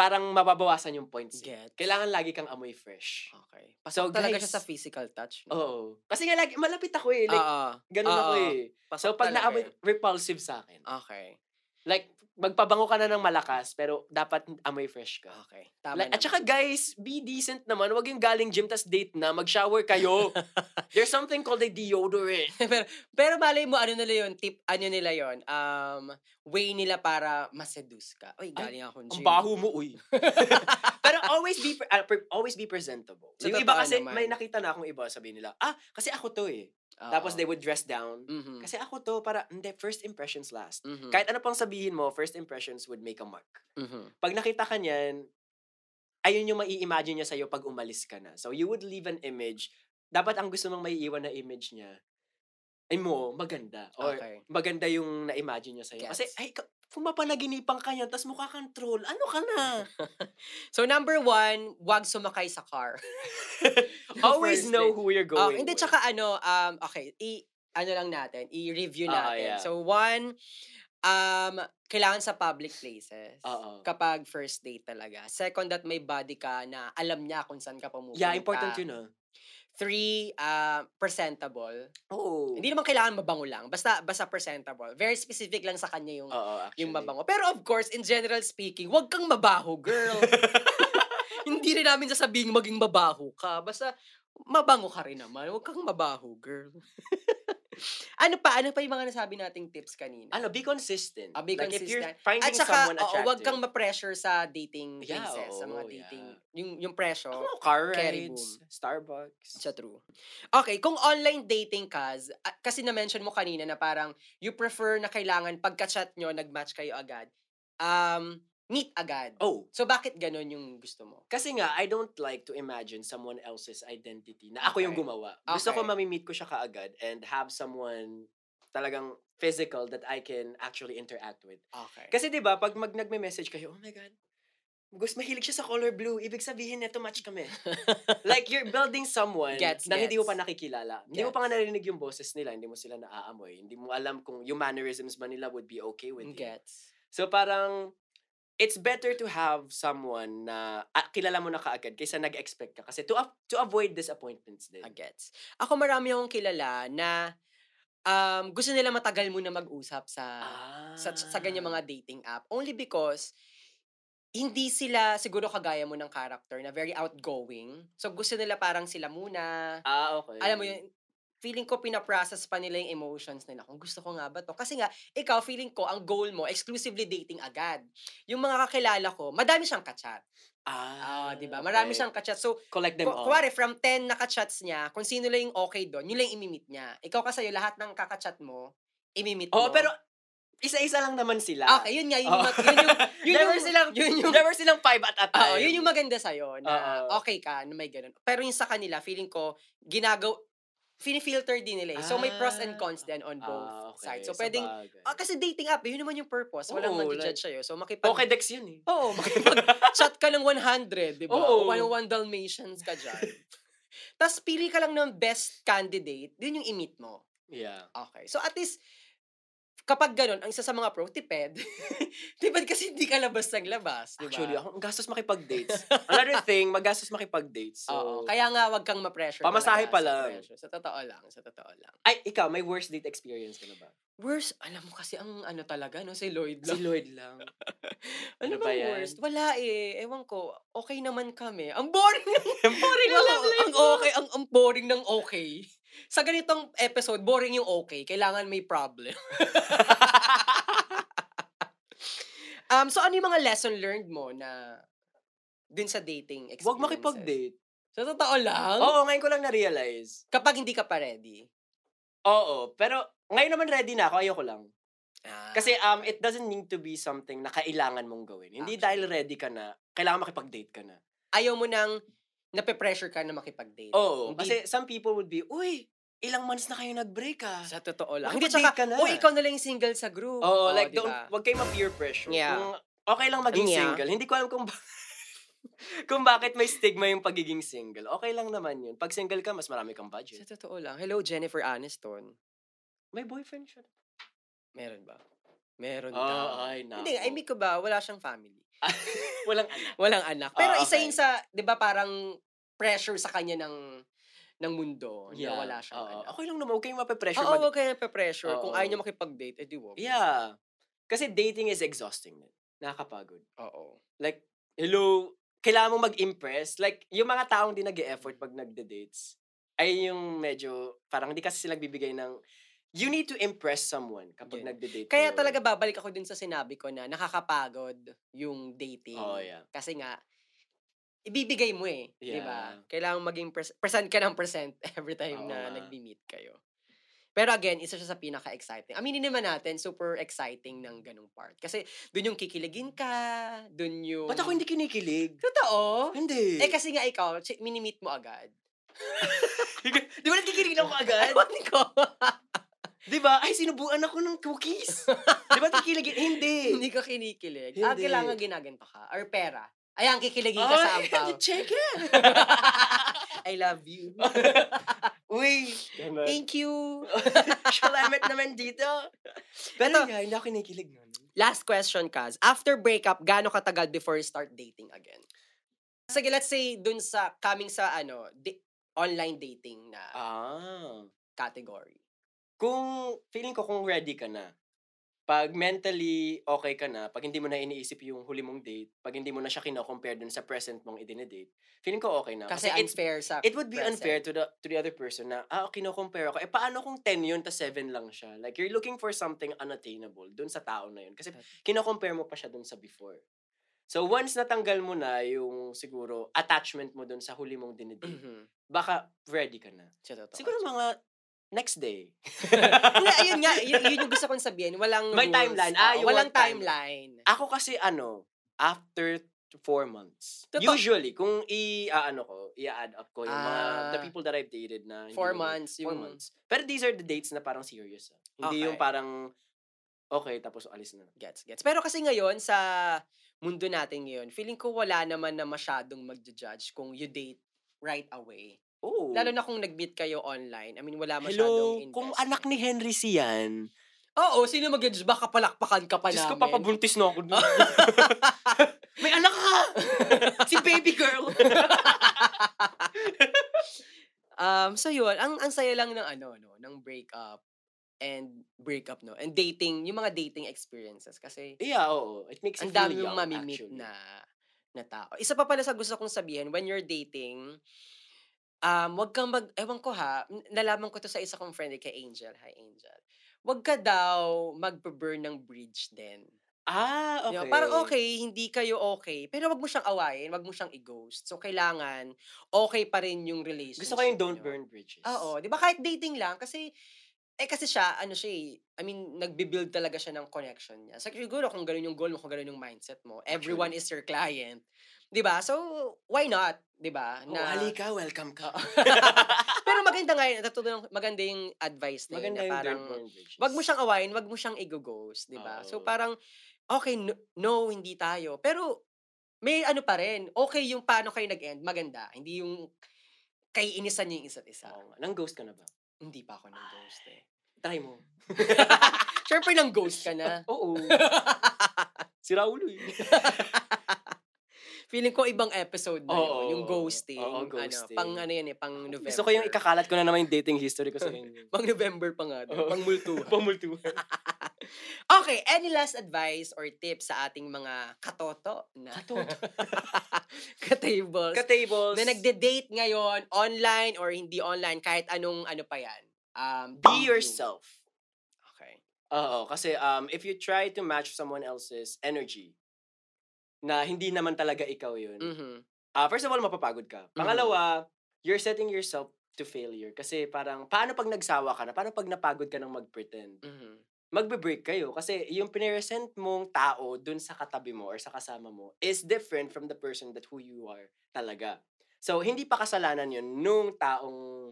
Speaker 1: parang mababawasan yung points. eh.
Speaker 2: Get.
Speaker 1: Kailangan lagi kang amoy fresh.
Speaker 2: Okay.
Speaker 1: So,
Speaker 2: Pasok talaga
Speaker 1: guys-
Speaker 2: siya sa physical touch.
Speaker 1: Oo.
Speaker 2: no?
Speaker 1: Kasi nga, lagi, malapit ako eh. Like,
Speaker 2: Oo.
Speaker 1: ganun ako
Speaker 2: oo.
Speaker 1: eh.
Speaker 2: Pasok
Speaker 1: So, pag
Speaker 2: ah, talaga Ah.
Speaker 1: naamoy,
Speaker 2: eh.
Speaker 1: repulsive sa akin.
Speaker 2: Okay.
Speaker 1: Like, magpabango ka na ng malakas, pero dapat amoy fresh ka.
Speaker 2: Okay. Ah, Tama
Speaker 1: Like, at
Speaker 2: naman.
Speaker 1: saka guys, be decent naman. Huwag yung galing gym tas date na, mag-shower kayo. There's something called a deodorant.
Speaker 2: pero, pero malay mo, ano nila yun, tip, ano nila yun, um, way nila para maseduce ka. Uy, galing akong
Speaker 1: Ang
Speaker 2: gym.
Speaker 1: baho mo, uy. Pero always be pre- ah, pre- always be presentable.
Speaker 2: Sa
Speaker 1: yung iba
Speaker 2: totoo
Speaker 1: kasi
Speaker 2: naman.
Speaker 1: may nakita na akong iba sabi nila, "Ah, kasi ako 'to eh."
Speaker 2: Oo.
Speaker 1: Tapos they would dress down.
Speaker 2: Mhm.
Speaker 1: Kasi ako 'to para hindi first impressions last.
Speaker 2: Mhm.
Speaker 1: Kahit ano pang sabihin mo, first impressions would make a mark.
Speaker 2: Mhm.
Speaker 1: Pag nakita ka niyan, ayun yung mai-imagine niya sa'yo pag umalis ka na. So you would leave an image. Dapat ang gusto mong maiiwan na image niya ay mo, maganda. Or
Speaker 2: Mm. okay.
Speaker 1: maganda yung na-imagine niya sa'yo. Kasi,
Speaker 2: Gets.
Speaker 1: ay, ka- kung mapanaginipan ka niya, tas mukha kang troll, ano ka na?
Speaker 2: So number one, wag sumakay sa car.
Speaker 1: Always
Speaker 2: First
Speaker 1: know
Speaker 2: date.
Speaker 1: who you're
Speaker 2: Ah,
Speaker 1: going
Speaker 2: hindi,
Speaker 1: with.
Speaker 2: tsaka ano, um, okay, i- ano lang natin, i-review
Speaker 1: Ah,
Speaker 2: natin.
Speaker 1: yeah.
Speaker 2: So one, um, kailangan sa public places.
Speaker 1: Oo.
Speaker 2: Kapag first date talaga. Second, that may body ka na alam niya kung saan ka pumupunta.
Speaker 1: Yeah, important yun ah.
Speaker 2: Three, uh, presentable.
Speaker 1: Oo.
Speaker 2: Hindi naman kailangan mabango lang. Basta, basta presentable. Very specific lang sa kanya yung,
Speaker 1: Oo, Oh, actually.
Speaker 2: yung mabango. Pero of course, in general speaking, wag kang mabaho, girl. Hindi rin namin sasabihin maging mabaho ka. Basta, mabango ka rin naman. Huwag kang mabaho, girl. ano pa? Ano pa yung mga nasabi nating tips kanina?
Speaker 1: Ano, be consistent.
Speaker 2: Ah, be
Speaker 1: like, if you're
Speaker 2: consistent.
Speaker 1: finding
Speaker 2: At saka,
Speaker 1: someone
Speaker 2: oo,
Speaker 1: attractive.
Speaker 2: wag kang ma-pressure sa dating
Speaker 1: Yeah,
Speaker 2: places, sa mga
Speaker 1: oo,
Speaker 2: dating,
Speaker 1: yeah.
Speaker 2: yung, yung presyo.
Speaker 1: Ano, car
Speaker 2: Carry
Speaker 1: rides, Starbucks.
Speaker 2: Siya true. Okay, kung online dating Kaz, ah, kasi na-mention mo kanina na parang you prefer na kailangan pagka-chat nyo, nag-match kayo agad. Um, Meet agad.
Speaker 1: Oh,
Speaker 2: So, bakit ganun yung gusto mo?
Speaker 1: kasi nga, I don't like to imagine someone else's identity na ako yung
Speaker 2: Okay.
Speaker 1: gumawa. Gusto ko
Speaker 2: Okay.
Speaker 1: mamimit ko siya kaagad and have someone talagang physical that I can actually interact with.
Speaker 2: Okay.
Speaker 1: Kasi 'di ba pag mag nagme-message kayo, oh my god. Gusto mahilig siya sa color blue. Ibig sabihin neto match kami. like you're building someone
Speaker 2: Gets,
Speaker 1: na hindi mo
Speaker 2: gets.
Speaker 1: pa nakikilala. Hindi mo pa nga narinig yung boses nila, hindi mo sila naaamoy, hindi mo alam kung yung mannerisms ba nila would be okay with you.
Speaker 2: Gets.
Speaker 1: So parang it's better to have someone na ah, kilala mo na kaagad kaysa nag-expect ka kasi to av- to avoid disappointments din.
Speaker 2: Ah, gets. Ako marami akong kilala na um, gusto nila matagal muna mag-usap sa,
Speaker 1: Ah.
Speaker 2: sa sa ganyan mga dating app only because hindi sila siguro kagaya mo ng character na very outgoing. So gusto nila parang sila muna.
Speaker 1: Ah, okay.
Speaker 2: Alam mo yun, feeling ko pinaprocess pa nila yung emotions nila. Kung gusto ko nga ba to? Kasi nga, ikaw, feeling ko, ang goal mo, exclusively dating agad. Yung mga kakilala ko, madami siyang kachat.
Speaker 1: Ah,
Speaker 2: Ah, di ba? Marami
Speaker 1: okay.
Speaker 2: siyang kachat. So,
Speaker 1: collect them all.
Speaker 2: Ku- Kuwari, from 10 na ka-chats niya, kung sino lang yung okay doon, yun lang yung imimit niya. Ikaw kasi yung lahat ng kaka-chat mo, imimit
Speaker 1: Oh,
Speaker 2: mo. Ah,
Speaker 1: pero isa-isa lang naman sila.
Speaker 2: Okay, yun nga, yun yung,
Speaker 1: Oh.
Speaker 2: mag- yun yung, yun
Speaker 1: never
Speaker 2: yung-
Speaker 1: silang,
Speaker 2: yun yung,
Speaker 1: never silang five at a time.
Speaker 2: Oo, yun yung maganda sa'yo, na
Speaker 1: Oo.
Speaker 2: okay ka, na may ganun. Pero yung sa kanila, feeling ko, ginagaw, fini-filter din nila eh. So may pros
Speaker 1: Ah.
Speaker 2: and cons din on both
Speaker 1: Ah, okay,
Speaker 2: sides. So
Speaker 1: sa
Speaker 2: pwedeng,
Speaker 1: bagay.
Speaker 2: ah, kasi dating app, eh, yun naman yung purpose. Walang
Speaker 1: Oo,
Speaker 2: mag-judge sa'yo. So makipag...
Speaker 1: okay, Dex yun eh.
Speaker 2: Oo, makipag-chat ka ng 100, di ba?
Speaker 1: Oo.
Speaker 2: O one, one Dalmatians ka dyan. Tapos pili ka lang ng best candidate, yun yung imit mo.
Speaker 1: Yeah.
Speaker 2: Okay. So at least, kapag ganun, ang isa sa mga pro, tipid. tipid kasi hindi ka labas ng labas, di ba?
Speaker 1: Actually, ako, ang gastos makipag-dates. Another thing, magastos makipag-dates. So,
Speaker 2: Oo, kaya nga wag kang ma-pressure.
Speaker 1: Pamasahe
Speaker 2: talaga
Speaker 1: pa
Speaker 2: sa
Speaker 1: lang.
Speaker 2: pressure. Sa totoo lang, sa totoo lang.
Speaker 1: Ay, ikaw, may worst date experience ka na ba?
Speaker 2: Worst, alam mo kasi ang ano talaga, no, si Lloyd
Speaker 1: Si
Speaker 2: lang.
Speaker 1: Lloyd lang.
Speaker 2: ano
Speaker 1: ano ba
Speaker 2: ba
Speaker 1: yan?
Speaker 2: worst? Wala eh. Ewan ko, okay naman kami. Ang boring
Speaker 1: Ang boring
Speaker 2: Oo, ang okay, ang, ang boring ng okay. Sa ganitong episode, boring yung okay. Kailangan may problem. um, so ano yung mga lesson learned mo na dun sa dating experiences?
Speaker 1: Huwag makipag-date.
Speaker 2: Sa totoo lang,
Speaker 1: Oo, ngayon ko lang na-realize.
Speaker 2: kapag hindi ka pa ready.
Speaker 1: Oo, pero ngayon naman ready na ako, ayoko lang. Kasi um,
Speaker 2: it
Speaker 1: it doesn't need to be something na kailangan mong gawin. Hindi
Speaker 2: Actually.
Speaker 1: dahil ready ka na, kailangan makipag-date ka na.
Speaker 2: ayaw mo nang nape-pressure ka na makipag-date.
Speaker 1: Oo,
Speaker 2: Hindi-
Speaker 1: kasi some people would be, uy, ilang months na kayo nag-break ah.
Speaker 2: sa totoo lang.
Speaker 1: Bakit
Speaker 2: Hindi, tsaka,
Speaker 1: date ka na?
Speaker 2: o ikaw na lang yung single sa group. Oh,
Speaker 1: Oo, like,
Speaker 2: di
Speaker 1: don't,
Speaker 2: ba?
Speaker 1: wag kayo ma-peer pressure.
Speaker 2: Yeah.
Speaker 1: Kung okay lang maging
Speaker 2: Yeah.
Speaker 1: single. Hindi ko alam kung ba- kung bakit may stigma yung pagiging single. Okay lang naman yun. Pag single ka, mas marami kang budget.
Speaker 2: Sa totoo lang. Hello, Jennifer Aniston.
Speaker 1: May boyfriend siya.
Speaker 2: Meron ba? Meron daw.
Speaker 1: Oh, ay, nako.
Speaker 2: Hindi, I mean ano, ko ba, wala siyang family.
Speaker 1: Walang anak.
Speaker 2: Walang anak. Pero
Speaker 1: Ah,
Speaker 2: isa
Speaker 1: okay.
Speaker 2: yun sa, di ba parang pressure sa kanya ng ng mundo
Speaker 1: Yeah.
Speaker 2: na wala siyang ano.
Speaker 1: Oo,
Speaker 2: anak.
Speaker 1: Okay lang naman. Huwag kayong mape-pressure.
Speaker 2: Oo,
Speaker 1: mag-
Speaker 2: huwag kayang pe-pressure. Kung
Speaker 1: Oo.
Speaker 2: ayaw niya makipag-date, eh, edi huwag.
Speaker 1: Yeah. Kasi dating is exhausting. man. Nakakapagod.
Speaker 2: Oo.
Speaker 1: Like, hello, kailangan mong mag-impress. Like, yung mga taong di nag effort pag nagde-dates, ay yung medyo, parang hindi kasi sila bibigay ng, you need to impress someone kapag
Speaker 2: Yeah.
Speaker 1: nagde-date.
Speaker 2: Kaya
Speaker 1: kayo.
Speaker 2: talaga babalik ako dun sa sinabi ko na nakakapagod yung dating.
Speaker 1: Oh, yeah.
Speaker 2: Kasi nga, ibibigay mo eh. Di
Speaker 1: Yeah.
Speaker 2: ba? Kailangan maging pres- present ka ng present every
Speaker 1: Oo
Speaker 2: time na
Speaker 1: nga.
Speaker 2: nag-meet kayo. Pero again, isa siya sa pinaka-exciting. Aminin naman natin, super exciting ng ganung part. Kasi dun yung kikiligin ka, dun yung...
Speaker 1: Ba't ako hindi kinikilig?
Speaker 2: Totoo!
Speaker 1: Hindi.
Speaker 2: mm. Eh kasi nga ikaw, si- minimit mo agad.
Speaker 1: di ba nagkikilig ako agad?
Speaker 2: Ewan ko.
Speaker 1: di ba? Ay, sinubuan ako ng cookies. di ba nagkikilig? Hindi.
Speaker 2: hindi ka kinikilig. Ah,
Speaker 1: Hindi.
Speaker 2: kailangan ginaganto ka. Or pera. Ayan, kikiligin ka sa
Speaker 1: Ay,
Speaker 2: ampaw.
Speaker 1: check it.
Speaker 2: I love you.
Speaker 1: Uy,
Speaker 2: Thank you.
Speaker 1: shalamet naman dito. Pero nga, hindi ako kinikilig nun.
Speaker 2: Last question, Kaz. After breakup, gaano katagal before you start dating again? Sige, let's say dun sa, coming sa ano, di- online dating na
Speaker 1: Ah.
Speaker 2: category.
Speaker 1: Kung, feeling ko kung ready ka na, pag mentally okay ka na, pag hindi mo na iniisip yung huli mong date, pag hindi mo na siya kino-compare dun sa present mong idinedate, feeling ko okay na.
Speaker 2: Kasi
Speaker 1: it's
Speaker 2: unfair sa...
Speaker 1: Ah, It would be
Speaker 2: present.
Speaker 1: unfair to the to the other person na, ah, kino-compare ako. Eh, paano kung 10 yun, tas 7 lang siya? Like, you're looking for something unattainable dun sa tao na yun. Kasi kino-compare mo pa siya dun sa before. So, once natanggal mo na yung, siguro, attachment mo dun sa huli mong dinidate,
Speaker 2: Mhm.
Speaker 1: baka ready ka na.
Speaker 2: Sa totoo.
Speaker 1: Siguro mga next day.
Speaker 2: Hindi, ayun nga, yun, yun yung gusto kong sabihin. Walang
Speaker 1: May
Speaker 2: rules.
Speaker 1: timeline. Ah,
Speaker 2: Oo,
Speaker 1: you
Speaker 2: walang
Speaker 1: want time.
Speaker 2: timeline.
Speaker 1: Ako kasi ano, after four months.
Speaker 2: Totoo.
Speaker 1: Usually, kung i-ano ko, i-add up ko yung mga,
Speaker 2: Ah.
Speaker 1: the people that I've dated na. hindi
Speaker 2: Four
Speaker 1: ko-
Speaker 2: months.
Speaker 1: Four
Speaker 2: yung-
Speaker 1: months. Pero these are the dates na parang serious. ah. Hindi
Speaker 2: Okay.
Speaker 1: yung parang, okay, tapos alis na.
Speaker 2: Gets, gets. Pero kasi ngayon, sa mundo natin ngayon, feeling ko wala naman na masyadong magja-judge kung you date right away.
Speaker 1: Oh.
Speaker 2: Lalo na kung nag-meet kayo online. I mean, wala
Speaker 1: Hello,
Speaker 2: masyadong investment.
Speaker 1: kung anak ni Henry si yan,
Speaker 2: Oo, sino mag-judge? Baka palakpakan ka pa
Speaker 1: Diyos ko,
Speaker 2: namin.
Speaker 1: papabuntis na ako dun. May anak ka! si baby girl!
Speaker 2: um, so yun, ang, ang saya lang ng ano, no, ng breakup and breakup, no, and dating, yung mga dating experiences. Kasi,
Speaker 1: yeah, oo. It makes
Speaker 2: ang
Speaker 1: you feel
Speaker 2: dami yung
Speaker 1: young,
Speaker 2: mamimit
Speaker 1: actually.
Speaker 2: na na tao. Isa pa pala sa gusto kong sabihin, when you're dating, um, wag kang mag, ewan ko ha, n- nalaman ko to sa isa kong friend eh, kay Angel. Hi, Angel. Wag ka daw magbe-burn ng bridge din.
Speaker 1: Ah,
Speaker 2: Di
Speaker 1: okay.
Speaker 2: ba? Parang okay, hindi kayo okay, pero wag mo siyang awayin, wag mo siyang i-ghost. So, kailangan okay pa rin yung relationship.
Speaker 1: Gusto ko yung don't
Speaker 2: niyo.
Speaker 1: burn bridges.
Speaker 2: Oo, 'di ba kahit dating lang kasi eh kasi siya ano siya, eh, I mean nagbi-build talaga siya ng connection niya. So siguro kung ganun yung goal mo, kung ganun yung mindset mo, everyone is your client. 'Di ba? So why not, 'di ba?
Speaker 1: Oh, halika, welcome ka.
Speaker 2: Pero maganda nga yun, natutunan maganda yung advice na yun,
Speaker 1: Maganda
Speaker 2: na
Speaker 1: yung
Speaker 2: parang
Speaker 1: don't burn bridges.
Speaker 2: wag mo siyang awayin, wag mo siyang i-ghost, 'di ba? So
Speaker 1: Oo.
Speaker 2: parang okay, no, no, hindi tayo. Pero may ano pa rin, okay yung paano kayo nag-end, maganda. Hindi yung kaiinisan niyo yung isa't isa.
Speaker 1: Oo Ah. nga. Nang ghost ka na ba?
Speaker 2: Hindi pa ako ng ghost eh.
Speaker 1: Try mo.
Speaker 2: Siyempre nang ghost ka na.
Speaker 1: Oo. si Raulo eh.
Speaker 2: Feeling ko ibang episode na
Speaker 1: Oo,
Speaker 2: yun, yung ghosting.
Speaker 1: oo,
Speaker 2: Ano,
Speaker 1: ghosting.
Speaker 2: pang ano yan eh, pang November.
Speaker 1: Gusto ko yung ikakalat ko na naman yung dating history ko sa inyo.
Speaker 2: Pang November pa nga. daw,
Speaker 1: Oo.
Speaker 2: Pang multuhan.
Speaker 1: Pamultuhan.
Speaker 2: Okay, any last advice or tips sa ating mga katoto na
Speaker 1: Katoto.
Speaker 2: katables
Speaker 1: Ka-tables.
Speaker 2: na nagde-date ngayon online or hindi online kahit anong ano pa yan. Um,
Speaker 1: Be
Speaker 2: medium.
Speaker 1: yourself.
Speaker 2: Okay.
Speaker 1: Oo, kasi um, if you try to match someone else's energy, na hindi naman talaga ikaw yun,
Speaker 2: Mhm.
Speaker 1: ah first of all, mapapagod
Speaker 2: Mm.
Speaker 1: ka. Pangalawa, you're setting yourself to failure. Kasi parang, paano pag nagsawa ka na? Paano pag napagod ka ng mag-pretend?
Speaker 2: Mhm.
Speaker 1: Magbe-break kayo. Kasi yung piniresent mong tao dun sa katabi mo or sa kasama mo is different from the person that who you are talaga. So, hindi pa kasalanan yun nung taong,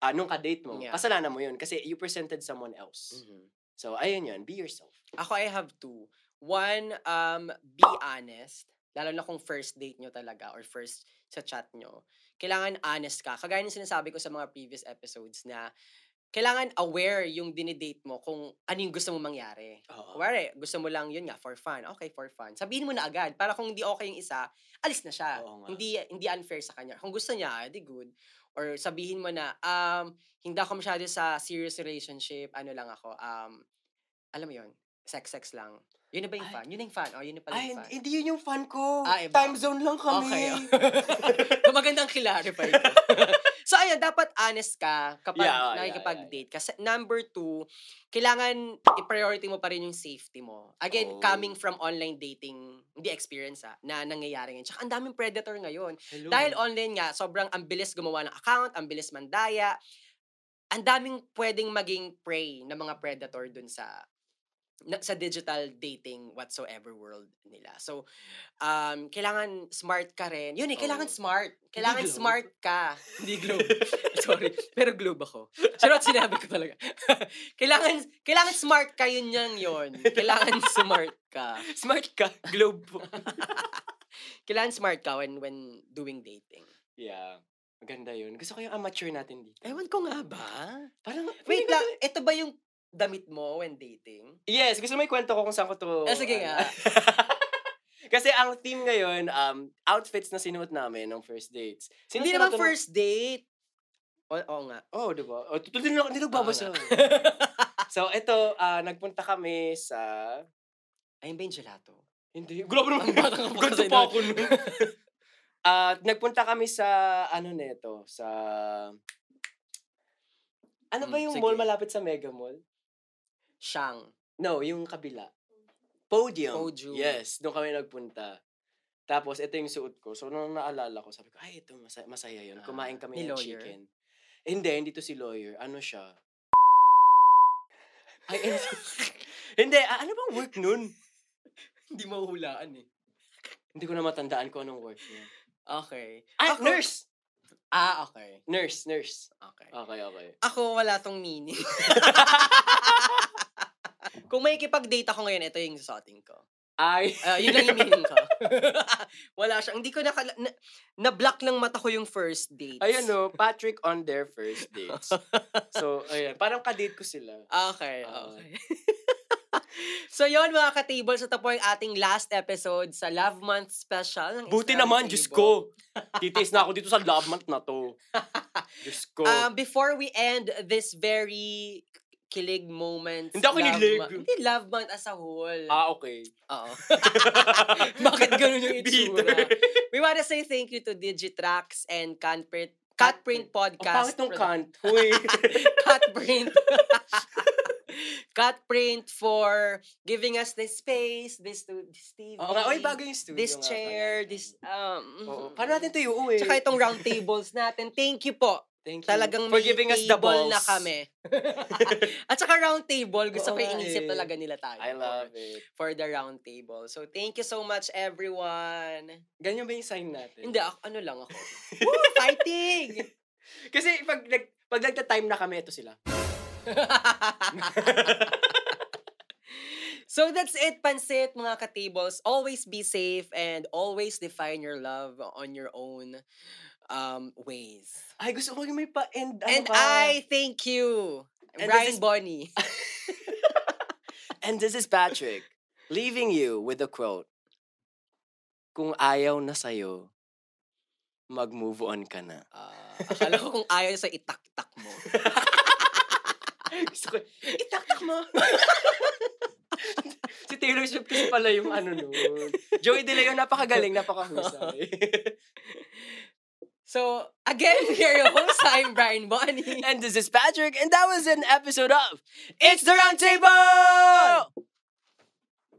Speaker 1: ah, nung kadate mo.
Speaker 2: Yeah.
Speaker 1: Kasalanan mo yun kasi you presented someone else.
Speaker 2: Mhm.
Speaker 1: So, ayun yun. Be yourself.
Speaker 2: Ako, I have two. One, um, be honest. Lalo na kung first date nyo talaga or first sa chat nyo. Kailangan honest ka. Kagaya ng sinasabi ko sa mga previous episodes na kailangan aware yung dinidate mo kung ano yung gusto mo mangyari.
Speaker 1: Oo.
Speaker 2: Kuwari, gusto mo lang yun nga, for fun. Okay, for fun. Sabihin mo na agad. Para kung hindi okay yung isa, alis na siya.
Speaker 1: Oo nga.
Speaker 2: Hindi, hindi unfair sa kanya. Kung gusto niya, ah, di good. Or sabihin mo na, um, hindi ako masyado sa serious relationship. Ano lang ako, um, alam mo yun, sex-sex lang. Yun na ba yung
Speaker 1: Ay.
Speaker 2: fun? Yun na yung fun. Oh, yun na pala
Speaker 1: Ay,
Speaker 2: yung
Speaker 1: hindi-
Speaker 2: fun.
Speaker 1: hindi yun yung fan ko.
Speaker 2: Ah, iba. oh.
Speaker 1: Time zone lang kami.
Speaker 2: Okay. Magandang clarify ko. so, ayan, dapat honest ka kapag
Speaker 1: Yeah, yeah,
Speaker 2: nakikipag-date ka. Sa- Number two, kailangan i-priority mo pa rin yung safety mo. Again,
Speaker 1: Oh.
Speaker 2: coming from online dating, hindi experience ha, na nangyayari ngayon. Tsaka ang daming predator ngayon. Dahil online nga, sobrang ang bilis gumawa ng account, ang bilis mandaya. Ang daming pwedeng maging prey ng mga predator dun sa na- sa digital dating whatsoever world nila. So, um, kailangan smart ka rin. Yun eh, kailangan
Speaker 1: Oo.
Speaker 2: smart. Kailangan
Speaker 1: globe.
Speaker 2: smart ka. Hindi globe. Sorry. Pero globe ako. Charot, sinabi ko talaga. kailangan, kailangan smart ka yun yung yun. Kailangan smart ka.
Speaker 1: smart ka. Globe po.
Speaker 2: Kailangan smart ka when, when doing dating.
Speaker 1: yeah. Maganda yun. Gusto ko yung amateur natin dito.
Speaker 2: Ewan ko nga ba?
Speaker 1: Parang,
Speaker 2: Wait lang, ito ba yung damit mo when dating?
Speaker 1: Yes, gusto mo ikwento ko kung saan ko to.
Speaker 2: Eh, sige
Speaker 1: ano.
Speaker 2: nga.
Speaker 1: Kasi ang theme ngayon, um, outfits na sinuot namin ng first dates. Sino
Speaker 2: Hindi
Speaker 1: sinuot
Speaker 2: naman
Speaker 1: ng-
Speaker 2: first date. O, oo nga.
Speaker 1: Oh, di ba? Oh, tutuloy na hindi nagbabasa.
Speaker 2: Oo
Speaker 1: so, ito, ah, nagpunta kami sa...
Speaker 2: Ayun ba yung gelato?
Speaker 1: Hindi. Grabe naman.
Speaker 2: Ang bata ka pa
Speaker 1: Ganto
Speaker 2: kasi
Speaker 1: pa
Speaker 2: nun.
Speaker 1: ako nun. At nagpunta kami sa, ano neto, sa... Ano ba
Speaker 2: Mm,
Speaker 1: yung
Speaker 2: sige.
Speaker 1: mall malapit sa Mega Mall?
Speaker 2: Siyang.
Speaker 1: No, yung kabila. Podium.
Speaker 2: Podium.
Speaker 1: Yes, doon kami nagpunta. Tapos, ito yung suot ko. So, nung naalala ko, sabi ko, ay, ito, masaya, masaya yun.
Speaker 2: Ah,
Speaker 1: Kumain kami
Speaker 2: ni
Speaker 1: ng
Speaker 2: lawyer.
Speaker 1: chicken. Hindi, hindi to si lawyer. Ano siya? Ay, hindi. hindi, ah, ano bang work nun?
Speaker 2: Hindi mahuhulaan eh.
Speaker 1: Hindi ko na matandaan kung anong work niya.
Speaker 2: Okay.
Speaker 1: Ah,
Speaker 2: Ako-
Speaker 1: nurse!
Speaker 2: Ah, okay.
Speaker 1: Nurse, nurse.
Speaker 2: Okay.
Speaker 1: Okay, okay.
Speaker 2: Ako, wala tong meaning. Kung may ikipag-date ako ngayon, ito yung sasating ko.
Speaker 1: Ay,
Speaker 2: Ah, yun lang yung meaning ko. wala siya. Hindi ko nakala- na, na-block lang mata ko yung first date.
Speaker 1: ayan o, Patrick on their first dates. So, ayan, parang kadate ko sila.
Speaker 2: Okay,
Speaker 1: Ah.
Speaker 2: okay. so yun mga ka-table, so ito po yung ating last episode sa Love Month Special. ng
Speaker 1: Buti
Speaker 2: Isang
Speaker 1: naman,
Speaker 2: Table.
Speaker 1: Diyos ko. Titiis na ako dito sa love month na to. Diyos ko.
Speaker 2: Um, before we end this very kilig moment.
Speaker 1: Hindi ako kinilig.
Speaker 2: Hindi, Love Month as a whole.
Speaker 1: ah, okay.
Speaker 2: Oo. Bakit ganun yung itsura?
Speaker 1: Bitter.
Speaker 2: We want to say thank you to Digitrax and Catprint,
Speaker 1: Ang
Speaker 2: Catprint
Speaker 1: pangit
Speaker 2: Podcast.
Speaker 1: nung kant.
Speaker 2: Produ-
Speaker 1: Huy.
Speaker 2: Catprint. Catprint for giving us this space, this to this TV.
Speaker 1: Oo nga, oy, bagay yung studio
Speaker 2: this
Speaker 1: nga
Speaker 2: chair,
Speaker 1: pala.
Speaker 2: this um
Speaker 1: Oo. Paano natin to yung eh?
Speaker 2: Tsaka itong round tables natin. Thank you po.
Speaker 1: Thank you.
Speaker 2: Talagang
Speaker 1: For
Speaker 2: may
Speaker 1: giving us the
Speaker 2: table
Speaker 1: balls.
Speaker 2: na kami. At saka round table,
Speaker 1: Oo
Speaker 2: gusto ko
Speaker 1: nga
Speaker 2: inisip
Speaker 1: eh.
Speaker 2: talaga nila tayo.
Speaker 1: I love it.
Speaker 2: For the round table. So, thank you so much, everyone.
Speaker 1: Ganyan ba yung sign natin?
Speaker 2: Hindi, ako, ano lang ako. Woo, fighting!
Speaker 1: Kasi pag, nag, pag nagta-time na kami, ito sila.
Speaker 2: so that's it, Pansit, mga katables. Always be safe and always define your love on your own um, ways.
Speaker 1: Ay, gusto ko yung may pa-end. Ano
Speaker 2: and
Speaker 1: ka?
Speaker 2: I thank you,
Speaker 1: And
Speaker 2: Ryan
Speaker 1: this is-
Speaker 2: Bonnie.
Speaker 1: And this is Patrick, leaving you with a quote. Kung ayaw na sa'yo, mag-move on ka na.
Speaker 2: Ah, akala ko kung ayaw sa itaktak mo.
Speaker 1: Gusto ko, itaktak mo. si Taylor Swift kasi pala yung ano nun. Joey De Leon, napakagaling, napakahusay.
Speaker 2: So, again, here your host, I'm Brian Bonnie.
Speaker 1: and this is Patrick, and that was an episode of It's the Roundtable!